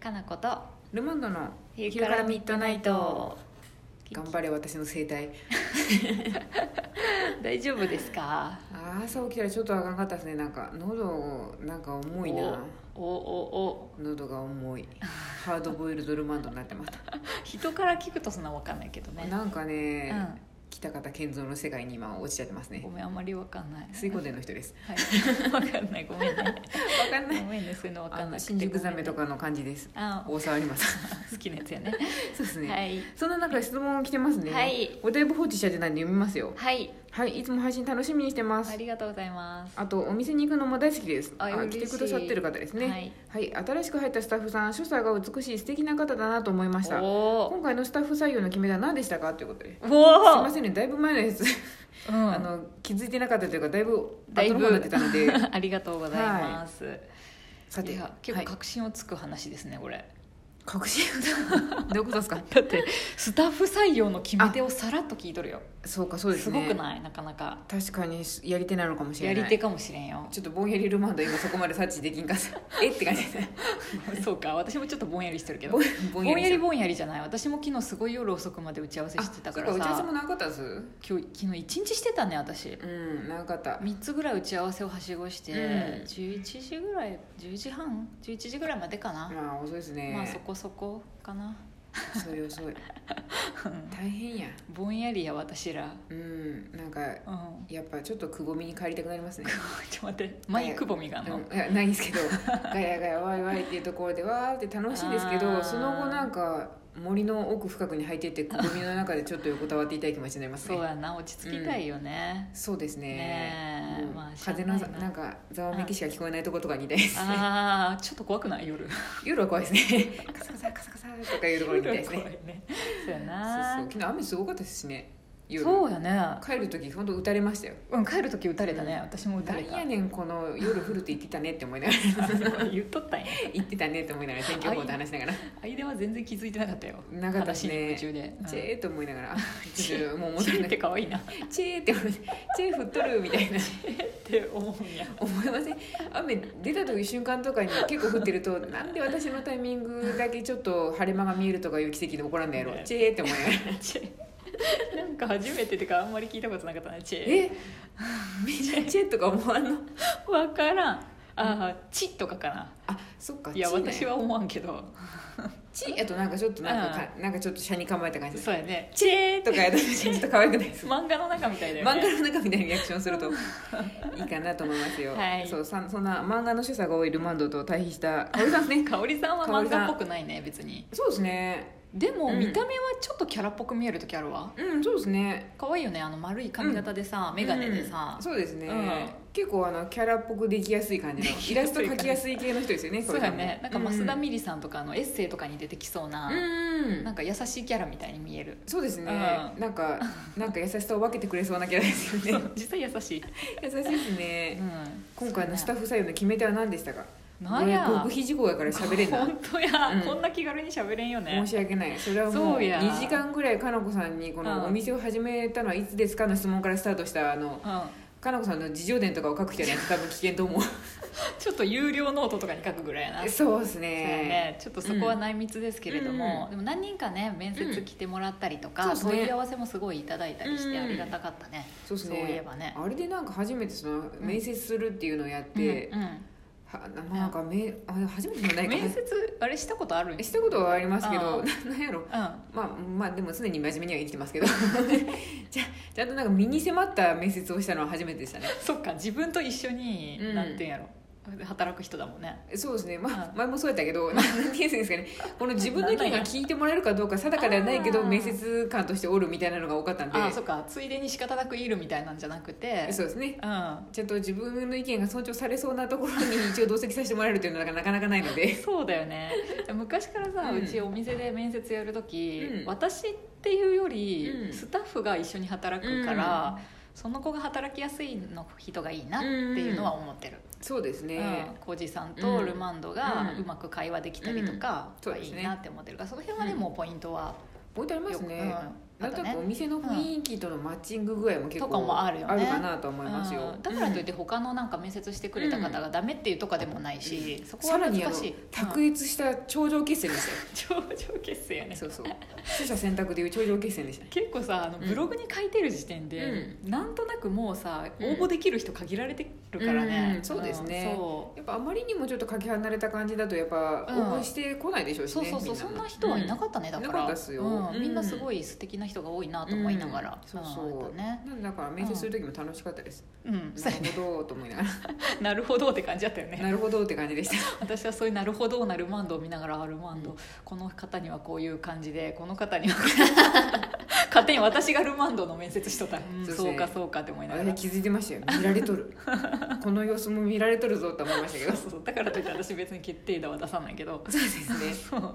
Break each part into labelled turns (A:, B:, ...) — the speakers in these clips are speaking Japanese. A: かなこと
B: ルマンドの
A: 昼からミッドナイト
B: 頑張れ私の生態
A: 大丈夫ですか
B: 朝起きたらちょっとあかんかったですねなんか喉なんか重いな
A: おおお
B: 喉が重いハードボイルドルマンドになってました
A: 人から聞くとそんなわかんないけどね
B: なんかね、
A: うん
B: 北方健三の世界に今落ちちゃってますね
A: ごめんあんまりわかんない
B: 水滸伝の 人です
A: はいわかんないごめんね
B: わかん
A: ごめんねそういうのわ
B: あ
A: かんな
B: の
A: くて
B: 新宿ザメとかの感じです
A: あ
B: 大沢あります
A: 好きなやつやね
B: そうですね、
A: はい
B: そんな中質問来てますね、
A: はい
B: おだいぶ放置しちゃってないんで読みますよ
A: はい
B: はいいつも配信楽しみにしてます
A: ありがとうございます
B: あとお店に行くのも大好きです
A: あ
B: あ
A: 嬉しい
B: 来てくださってる方ですね
A: はい
B: はい、新しく入ったスタッフさん所作が美しい素敵な方だなと思いました
A: おー
B: 今回のスタッフ採用の決め手は何でしたかということです
A: お
B: すいま
A: ー
B: せんねだいぶ前のやつ、
A: う
B: あ
A: ん
B: の気づいてなかったというかだいぶ
A: だい
B: 後の方にな
A: ぶ
B: ってたので
A: ありがとうございます、
B: さて
A: いや結構
B: はい
A: 確信をつく話ですねこれ
B: 確信どういうことですか
A: だってスタッフ採用の決め手をさらっと聞いとるよ
B: そうかそうですす
A: ご
B: ね
A: くないなかなか
B: 確かにやり手なのかもし
A: や
B: れない
A: り手かもしれんよ
B: ちょっとぼんやりルマンド今そこまで察知できんかったえって感じですね
A: そうか私もちょっとぼんやりしてるけど
B: ぼん
A: ぼ
B: ぼ
A: ん
B: んやり
A: やりぼんやりじゃない私も昨日すごい夜遅くまで打ち合わせしてたから
B: あそう打ち合わせ
A: さ
B: もなかったです
A: 今日昨日一日してたね私
B: うんなかった
A: 3つぐらい打ち合わせをはしごして、
B: うん
A: 11時ぐらい10時半11時ぐらいまでかな、
B: まあ遅いですね
A: まあそこそこかな
B: 遅い遅い大変や
A: ぼんや りや私ら
B: うんなんか
A: うん
B: やっぱちょっとくぼみに帰りたくなりますね
A: ちょっと待って前くぼみがあんの、
B: うんいやないんですけどガヤガヤワイワイっていうところでわーって楽しいんですけ
A: あー
B: どその後なんか森の奥深くに入っていってくぼみの中でちょっと横たわっていたい気持ちになります
A: そう
B: ね
A: やな落ち着きたいよね、
B: そうですね
A: ねえ
B: もう
A: まあしゃあな
B: 風
A: いな
B: のざなんかざわめきしか聞こえないところとかにいたいですね
A: ああちょっと怖くない夜
B: 夜は怖いですねカサカサカサカサとかいうところにいたいです
A: 怖い
B: ね
A: ねそうや
B: そうそう
A: な
B: 昨日雨すごかったですしね夜
A: そうやね
B: 帰る時本当打たれましたよ
A: うん帰る時打たれたね
B: うん
A: 私も打た
B: な
A: れ
B: ん
A: た
B: やねんこの夜降るって言ってたねって思いながら
A: 言っとったんや
B: 言ってたねって思いながら天気予報と話しながら
A: 間は全然気づいてなかったよ
B: なかったですね
A: 話に夢中で、うん
B: チェーと思いながらあ
A: チ
B: ち
A: ェ
B: ょっともう
A: チ
B: 戻
A: ェ
B: れ
A: ー
B: な
A: っ
B: い
A: て可愛いなっ
B: チェーって思いチェー振っとるみたいな
A: て思うんや
B: 思いません雨出た時瞬間とかに結構降ってるとなんで私のタイミングだけちょっと晴れ間が見えるとかいう奇跡で起こらんのやろ
A: ね
B: チェーって思いながら
A: チェーなんか初めててかあんまり聞いたことなかったねチェ
B: えみんなチェーとか思わんの
A: ーわからんあーチとかかな
B: あそっか
A: いや
B: チーなん
A: 私は思わんけど
B: チーやとなんかちょっとなんかかなんかちょっと車に構えた感じ
A: そうやねチェー
B: とかやったらちょっと可愛くないです
A: 漫画の中みたいだよ
B: 漫
A: ね
B: 画 の中みたいなリアクションするといいかなと思いますよ、
A: はい
B: そうさそんな漫画の主査が多いルマンドと対比した香織さんですね
A: かおりさんは
B: かお
A: 漫
B: りさん
A: 画っぽくないね別に
B: そうですね
A: でも、
B: うん
A: 見た目はちょっとキャラっぽく見える時あるわ
B: うんそうですね
A: 可愛いよねあの丸い髪型でさ、眼鏡でさ
B: うん、そうですね、
A: うん
B: 結構あのキャラっぽくできやすい感じ のイラスト描きやすい系の人ですよね
A: そうやねなんか増田
B: み
A: 美里さんとかのエッセイとかに出てきそうな、
B: うん
A: なんか優しいキャラみたいに見える、
B: そうですね、
A: う
B: なんかなんか優しさを分けてくれそうなキャラですよね
A: 実際優しい、
B: 優しいです
A: う
B: ね、
A: ん、
B: 今回のスタ
A: ッ
B: ッフ採用の決め手は何でしたか
A: なんや
B: これ極秘事項やから喋れんな
A: 本当や、
B: うん
A: こんな気軽に喋れんよね
B: 申し訳ないそれはも
A: そううや
B: 2時間ぐらいかなこさんにこ
A: うん
B: のお店を始めたのはいつですかの質問からスタートしたあの
A: うん、
B: かなこさんの自叙伝とかを書く人 はね多分危険と思う
A: ちょっと有料ノートとかに書くぐらいやな
B: そうです
A: そうやね
B: ね
A: ちょっとそこは内密ですけれども、
B: うん
A: でも何人かね面接来てもらったりとか、
B: うんそうですね
A: 問い合わせもすごいいただいたりして
B: うん
A: ありがたかったね、
B: そうです
A: そういえ
B: ね
A: ばね
B: あれでなんか初めてその面接するっていうのをやって、
A: うん
B: はなんかめあ初めてじゃ
A: う
B: な
A: ん
B: いか
A: 面接あれしたことあるん
B: えしたことはありますけ
A: う
B: ど
A: ん
B: ななんやろ
A: うん
B: まあまあでも常に真面目には生きてますけど ちゃちゃんとなんか身に迫った面接をしたのは初めてでしたね
A: そっか自分と一緒に、
B: うん
A: なんていうんやろ働く人だもんね
B: そうですね、まあ
A: う、ん
B: 前もそうやったけど、なんていうんですかね、この自分の意見が聞いてもらえるかどうか定かではないけ
A: あ
B: ど、
A: ー
B: 面接官としておるみたいなのが多かったんで、
A: あそっかついでに仕方なくいるみたいなんじゃなくて
B: そうですね、
A: うん
B: ちゃんと自分の意見が尊重されそうなところに一応同席させてもらえるというのがなかなかないので、
A: そうだよね昔からさ、う
B: うん
A: ちお店で面接やる時、
B: うん
A: 私っていうより、
B: うん
A: スタッフが一緒に働くから、その子が働きやすいの人がいいなっていうのは思ってる
B: そうです
A: うん
B: ね、
A: 浩司、さんとルマンドが
B: うん
A: うまく会話できたりとか、
B: うんそうで
A: い
B: す
A: い
B: ね
A: なって思ってるからその辺はね、もうポイントは
B: 置いてありま
A: よ
B: す
A: く、
B: ね、
A: うん
B: なんとな
A: あ
B: く
A: と
B: お
A: ね
B: 店の雰囲気とのマッチング具合も結構
A: とかもあるよね
B: かなと思いますよ、
A: うんだからといっ
B: うん
A: て他のなんか面接してくれた方がダメっていうとかでもないし、そこ
B: さ
A: は
B: ら
A: 難
B: にあの
A: しい
B: 卓
A: 一、
B: 越した頂上決戦でしたよ、
A: うん頂上決戦やね
B: そうそう取捨選択でいう頂上決戦でしたね
A: 結構さあの
B: うん
A: ブログに書いてる時点で、なんとなくもうさ応募できる人限られてるからね、
B: うんそうですね
A: んそ
B: やっぱあまりにもちょっとかけ離れた感じだとやっぱ
A: うん
B: 応募してこないでしょう
A: う
B: し
A: そう
B: ね、
A: そうそう
B: み
A: そん
B: も
A: な人はいなかったね、だから
B: いなかったっすよ
A: うん
B: うん
A: みんなすごい素敵な人が多いなと思いながら、
B: うんそうそう
A: うんやっぱね
B: なんでだから面接する時も楽しかったです、
A: うん そ
B: な
A: うや
B: る
A: ね
B: ほどと思いながら
A: なるほどって感じだったよね
B: なるほどって感じでした
A: 私はそういうなるほどなるマンドを見ながらアルマンド、
B: うん
A: この方にはこういう感じでこの方にはこう いう勝手に私がルマンドの面接しとったら、うん
B: そうです
A: そ
B: ね
A: うかそうかって思いな
B: あ
A: が
B: れ
A: ら
B: 気づいてましたよ見られとる この様子も見られとるぞと思いましたけど
A: そうそうだからといって私別に決定打は出さないけど
B: そうですね
A: そう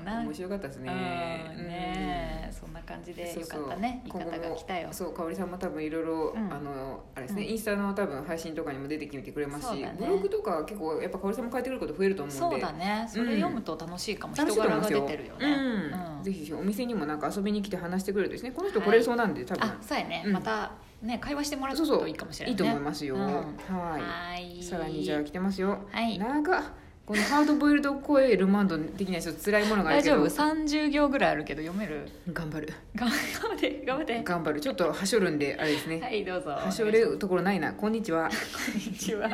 A: うんな
B: 面白かったですね
A: うんねえそんな感じで
B: そう
A: よ
B: そう
A: かったね言い方が来たよ
B: 今後もそう香織さんも多分いろいろ
A: うん
B: あのあれですね、
A: うん
B: インスタの多分配信とかにも出てきてくれますし、
A: そうだね
B: ブログとか結構やっぱ香織さんも書いてくること増えると思うんで
A: そうだねそれ読むと楽しいかも、人柄が出てるよね、
B: うん
A: うん
B: ぜひお店にもなんか遊びに来て話してくれるとですねこの人来れそうなんで、多分
A: あそうやね、
B: うん
A: またね会話してもらう
B: そうそ
A: と
B: う
A: いいかもしれないい、ね、
B: いと思いますよ、
A: うん
B: は
A: はいい
B: さらにじゃあ来てますよ、
A: はい
B: 長っこのハードボイルドコエルマンド的な人辛いものがある
A: 大
B: け
A: 丈
B: ど
A: 夫30行ぐらいあるけど読める
B: 頑張る
A: 頑張って頑張って
B: 頑張るちょっとはしょるんであれですね、
A: はいどうぞ
B: はしょるところないなこんに ちは
A: こんにちは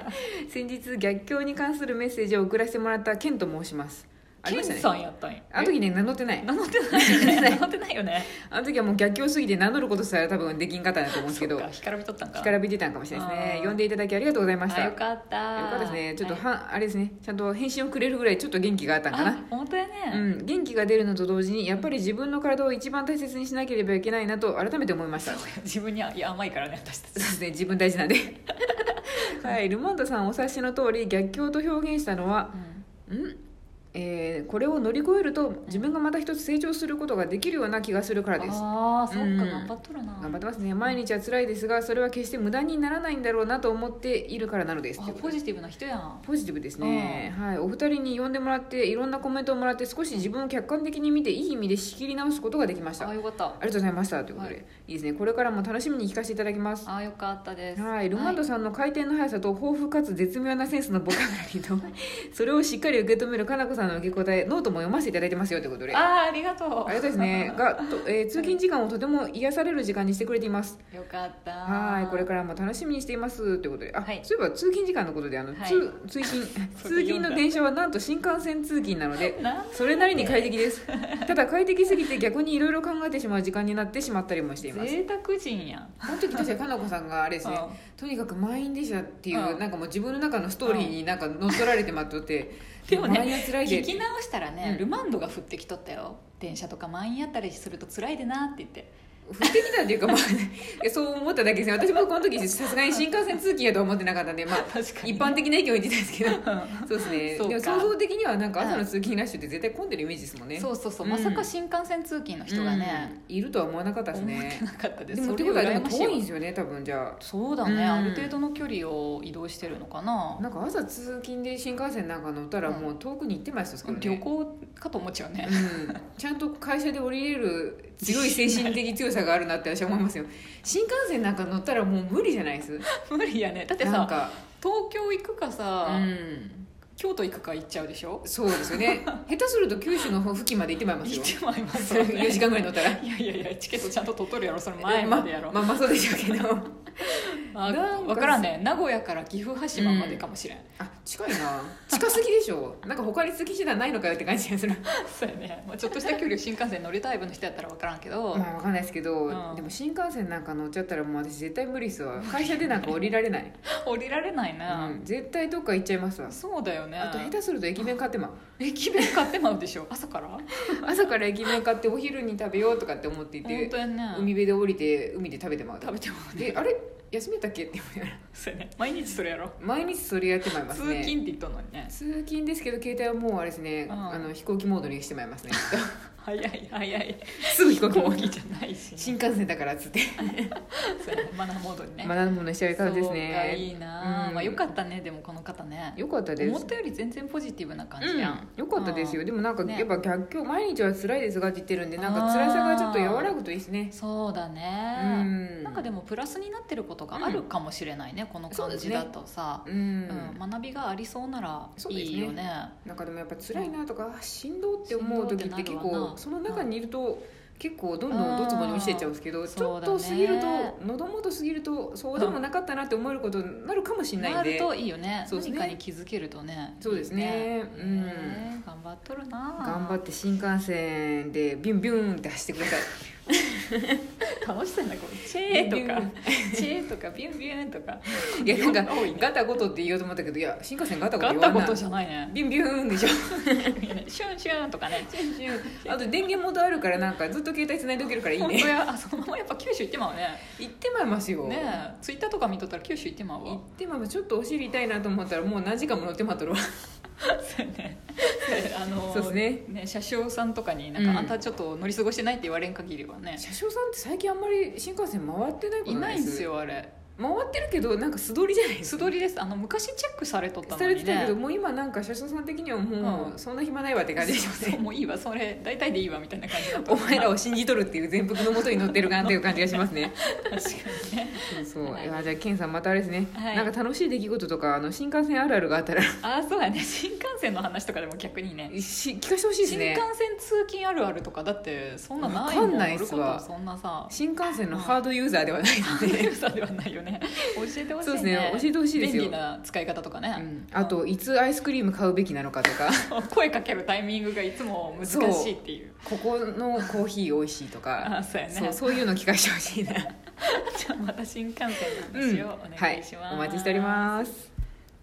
B: 先日逆境に関するメッセージを送らせてもらったケンと申しますあり
A: ケ
B: ま
A: ン
B: したね
A: さんやったんや
B: あの時ね名乗ってない
A: 名乗ってないよね名乗ってないよね
B: あの時はもう逆境すぎて名乗ることすら多分できんかったんだと思うんですけ
A: そ
B: ど
A: っか干からびとったんか
B: 干からびてたんかもしれないです
A: あ
B: ね
A: ー
B: 呼んでいただきありがとうございました
A: あ
B: よ
A: よかったよ
B: かったですねちょっとは、あれですねちゃんと返信をくれるぐらいちょっと元気があったんかな
A: あ本当や
B: う
A: ね、
B: ん、元気が出るのと同時にやっぱり自分の体を一番大切にしなければいけないなと改めて思いましたそう
A: 自分にはいや甘いからね私たち
B: ですね自分大 事なんではいルマンドさんお察しの通り逆境と表現したのはん、えーこれを乗り越えると自分がまた一つ成長することができるような気がするからです
A: ああそっか、
B: うん
A: 頑張っとるな
B: 頑張ってますね毎日は辛いですがそれは決して無駄にならないんだろうなと思っているからなのです
A: あポジティブな人やん
B: ポジティブですね、はい、お二人に呼んでもらっていろんなコメントをもらって少し自分を客観的に見ていい意味で仕切り直すことができました
A: あよかった
B: ありがとうございましたということで、、
A: はい
B: いですねこれからも楽しみに聞かせていただきます
A: あよかったです
B: はい、ルマンドさんの回転の速さと豊富かつ絶妙なセンスのボカブラリーと それをしっかり受け止めるかなこさんの受け答えノートも読ませていただいてますよということであ
A: ああありがとう
B: りがたいですねが、とえー通勤時間をとても癒される時間にしてくれています
A: よかった
B: はいこれからも楽しみにしていますということであ、
A: はい
B: そういえば通勤時間のことであの、
A: はい
B: 通 通勤通勤の電車はなんと新幹線通勤なので
A: なん
B: それなりに快適です ただ快適すぎて逆にいろいろ考えてしまう時間になってしまったりもしています
A: 贅沢人やん
B: この時確かにかなこさんがあれですね
A: うん
B: とにかく満員電車っていう、
A: うん
B: なんかもう自分の中のストーリーになんか乗っ取られてまっとって
A: でもね
B: 満員は辛い
A: 聞
B: で
A: き直したらね、
B: うん
A: ルマンドが降ってきとったよ電車とか満員やったりすると辛いでなって言って
B: 降ってきたっていうか、まあ、いやそう思っただけですね私もこの時さすがに新幹線通勤やとは思ってなかったん で、まあ、
A: 確か
B: 一般的な意見を言ってたんですけどそうです ね
A: そう
B: で
A: か
B: も想像的にはなんか朝の通勤ラッシュって絶対混んでるイメージですも んね
A: そううそうそう、
B: ん
A: まさか新幹線通勤の人がね、
B: んいるとは思わなかったです
A: 思って
B: ね
A: なかったで
B: ですもっ
A: そ
B: て
A: れ
B: ことは
A: 羨
B: でも
A: ましい
B: 遠いん
A: わ
B: ですよね多分じゃ
A: そうだね、
B: うん
A: ある程度の距離を移動してるのかな
B: あなんか朝通勤で新幹線なんか乗ったらもう遠くに行ってましたからね
A: 旅行かと思っちゃうね、
B: うんちゃんと会社で降りれる強い精神的強さがあるなって私は思いますよ新幹線なんか乗ったらもう無理じゃないです
A: 無理やねだって
B: なん
A: さ
B: か
A: 東京行くかさ、
B: うん
A: 京都行くか行っちゃうでしょ
B: そうですよね下手すると九州の方付近まで行ってまいります
A: 行
B: よ
A: ってまいりますよ ね
B: 4時間ぐらい乗ったら
A: いやいやいやチケットちゃんと取っとるやろそれ前までやろ、
B: まあまあそうでしょうけど
A: あ
B: なんか
A: 分からんね名古屋から岐阜羽島までかもしれん、
B: あ近いな近すぎでしょなんか他に通勤手段ないのかよって感じがする
A: そうやね、まあ、ちょっとした距離を新幹線乗りタイプの人やったら分からんけど、
B: まあわかんないですけど、
A: うん
B: でも新幹線なんか乗っちゃったらもう私絶対無理っすわ会社でなんか降りられない、
A: 降りられないな、
B: うん、絶対どっか行っちゃいますわ
A: そうだよね
B: あと下手すると駅弁買ってまう
A: 駅弁買ってまうでしょ朝から本
B: 朝から駅弁買ってお昼に食べようとかって思っていて
A: 当やね
B: 海辺で降りて海で食べてまう
A: 食べてまうね
B: であれ休めたっけって思いながら
A: そうやね毎日それやろ
B: 毎日それやってまいりま
A: 通
B: すね
A: 勤って言ったのにね
B: 通勤ですけど携帯はもうあれですね、
A: うん
B: あの飛行機モードにしてまいりますね
A: 早い早い
B: すぐ飛行機
A: 講
B: も
A: 義じゃないし
B: 新幹線だからっつって
A: そうやねマナーモードにね、
B: 学ぶものしちゃう方です
A: そうか
B: ね
A: いいなあ、
B: うん
A: まあよかったねでもこの方ね
B: よかったです
A: 思ったより全然ポジティブな感じやん、
B: うん、よかったですよ、
A: うん
B: でもなんか、
A: ね
B: やっぱ逆境毎日は辛いですがって言ってるんでなんか辛さがちょっと和らぐといいですね
A: そうだ
B: う
A: ね、
B: ん
A: なんかでもプラスになってることがあるかもしれないね、この感じだとさ
B: う
A: う、
B: ん、
A: ん、学びがありそうなら
B: そう
A: い
B: ですね
A: いよね
B: なんかでもやっぱ辛いなとか、あしんどって思う時って
A: しん
B: 結
A: どってなるわ
B: 構
A: な
B: その中にいると結構どんどんドツボに落ちていっちゃうんですけどちょっ
A: そう
B: と
A: だ
B: 過
A: ね
B: ぎると喉元過ぎるとそうでもなかったなって思えることになるかもしれない
A: なんる
B: で
A: といいよね
B: そうですね
A: 何かに気づけるとね
B: そうです
A: い
B: ね
A: い
B: うん
A: ね頑張っとるな
B: 頑張って新幹線でビュンビュンって走ってくだ さい
A: 楽しそうやなこ れチェー
B: ビュンビ
A: と
B: ュ
A: か
B: ン
A: チェーとかビュンビュンとか
B: いやなんか
A: 多いね
B: ガタゴトって言おうと思ったけどいや新幹線ガタゴト
A: ガ
B: 言
A: タ
B: わ
A: こ
B: ない
A: とじゃないね
B: ビュンビュンでし ょ
A: シュンシュンとかね
B: あと電源元あるからなんかずっと携帯繋いでおけるからいい
A: 本当
B: ね
A: やあそのままやっぱ九州行ってまうね
B: 行ってまいますよ
A: ねえツイッターとか見とったら九州行ってまう
B: 行
A: わ
B: ってまいますちょっとお尻痛いなと思ったらもう何時間も乗ってまっと るわ
A: そうね あの
B: そうですね
A: 車掌さんとかになんか、
B: うん
A: あんたちょっと乗り過ごしてないって言われん限りはね
B: 車掌さんって最近あんまり新幹線回ってないこと
A: いないん
B: で
A: ですすよあれ
B: 回ってるけどなんか素通りじゃないです
A: 素
B: か
A: 通りですあの昔チェックされとった
B: さ
A: の
B: れ
A: に
B: てたけ
A: ね
B: どもう今なんか車掌さん的にはも
A: う
B: うそんな暇ないわって感じでし
A: そう
B: ょ
A: そうもういいわそれ大体でいいわみたいな感じだった
B: お前らを信じとるっていう全幅のもとに乗ってるかなという感じがしますね
A: 確か にね
B: そうそう、
A: はい
B: い、やじゃあケンさんまたあれですね、
A: はい
B: なんか楽しい出来事とかあの新幹線あるあるがあったら
A: ああそうやね新幹線の話とかでも逆にね
B: し聞かせてほしいです
A: 新幹
B: ね
A: 線通勤あるあるとかだってそんなない
B: わ
A: も
B: かん
A: ん
B: ないっ
A: 乗る
B: す
A: こ
B: わ
A: とそんな さ
B: 新幹線のハードユーザーではないの
A: ユ
B: で、
A: ーザーではないよね教えてほしい
B: そうですね教えてほしいですよ
A: 便利な使い方とか
B: う
A: ね、
B: ん、あといつアイスクリーム買うべきなのかとか
A: 声かけるタイミングがいつも難しいっていう
B: ここのコーヒー美味しいとか
A: あそうやね
B: そうそういうの聞 かせてほしいな
A: じゃあまた新幹線の話をお願いします、
B: はい、お待ちしております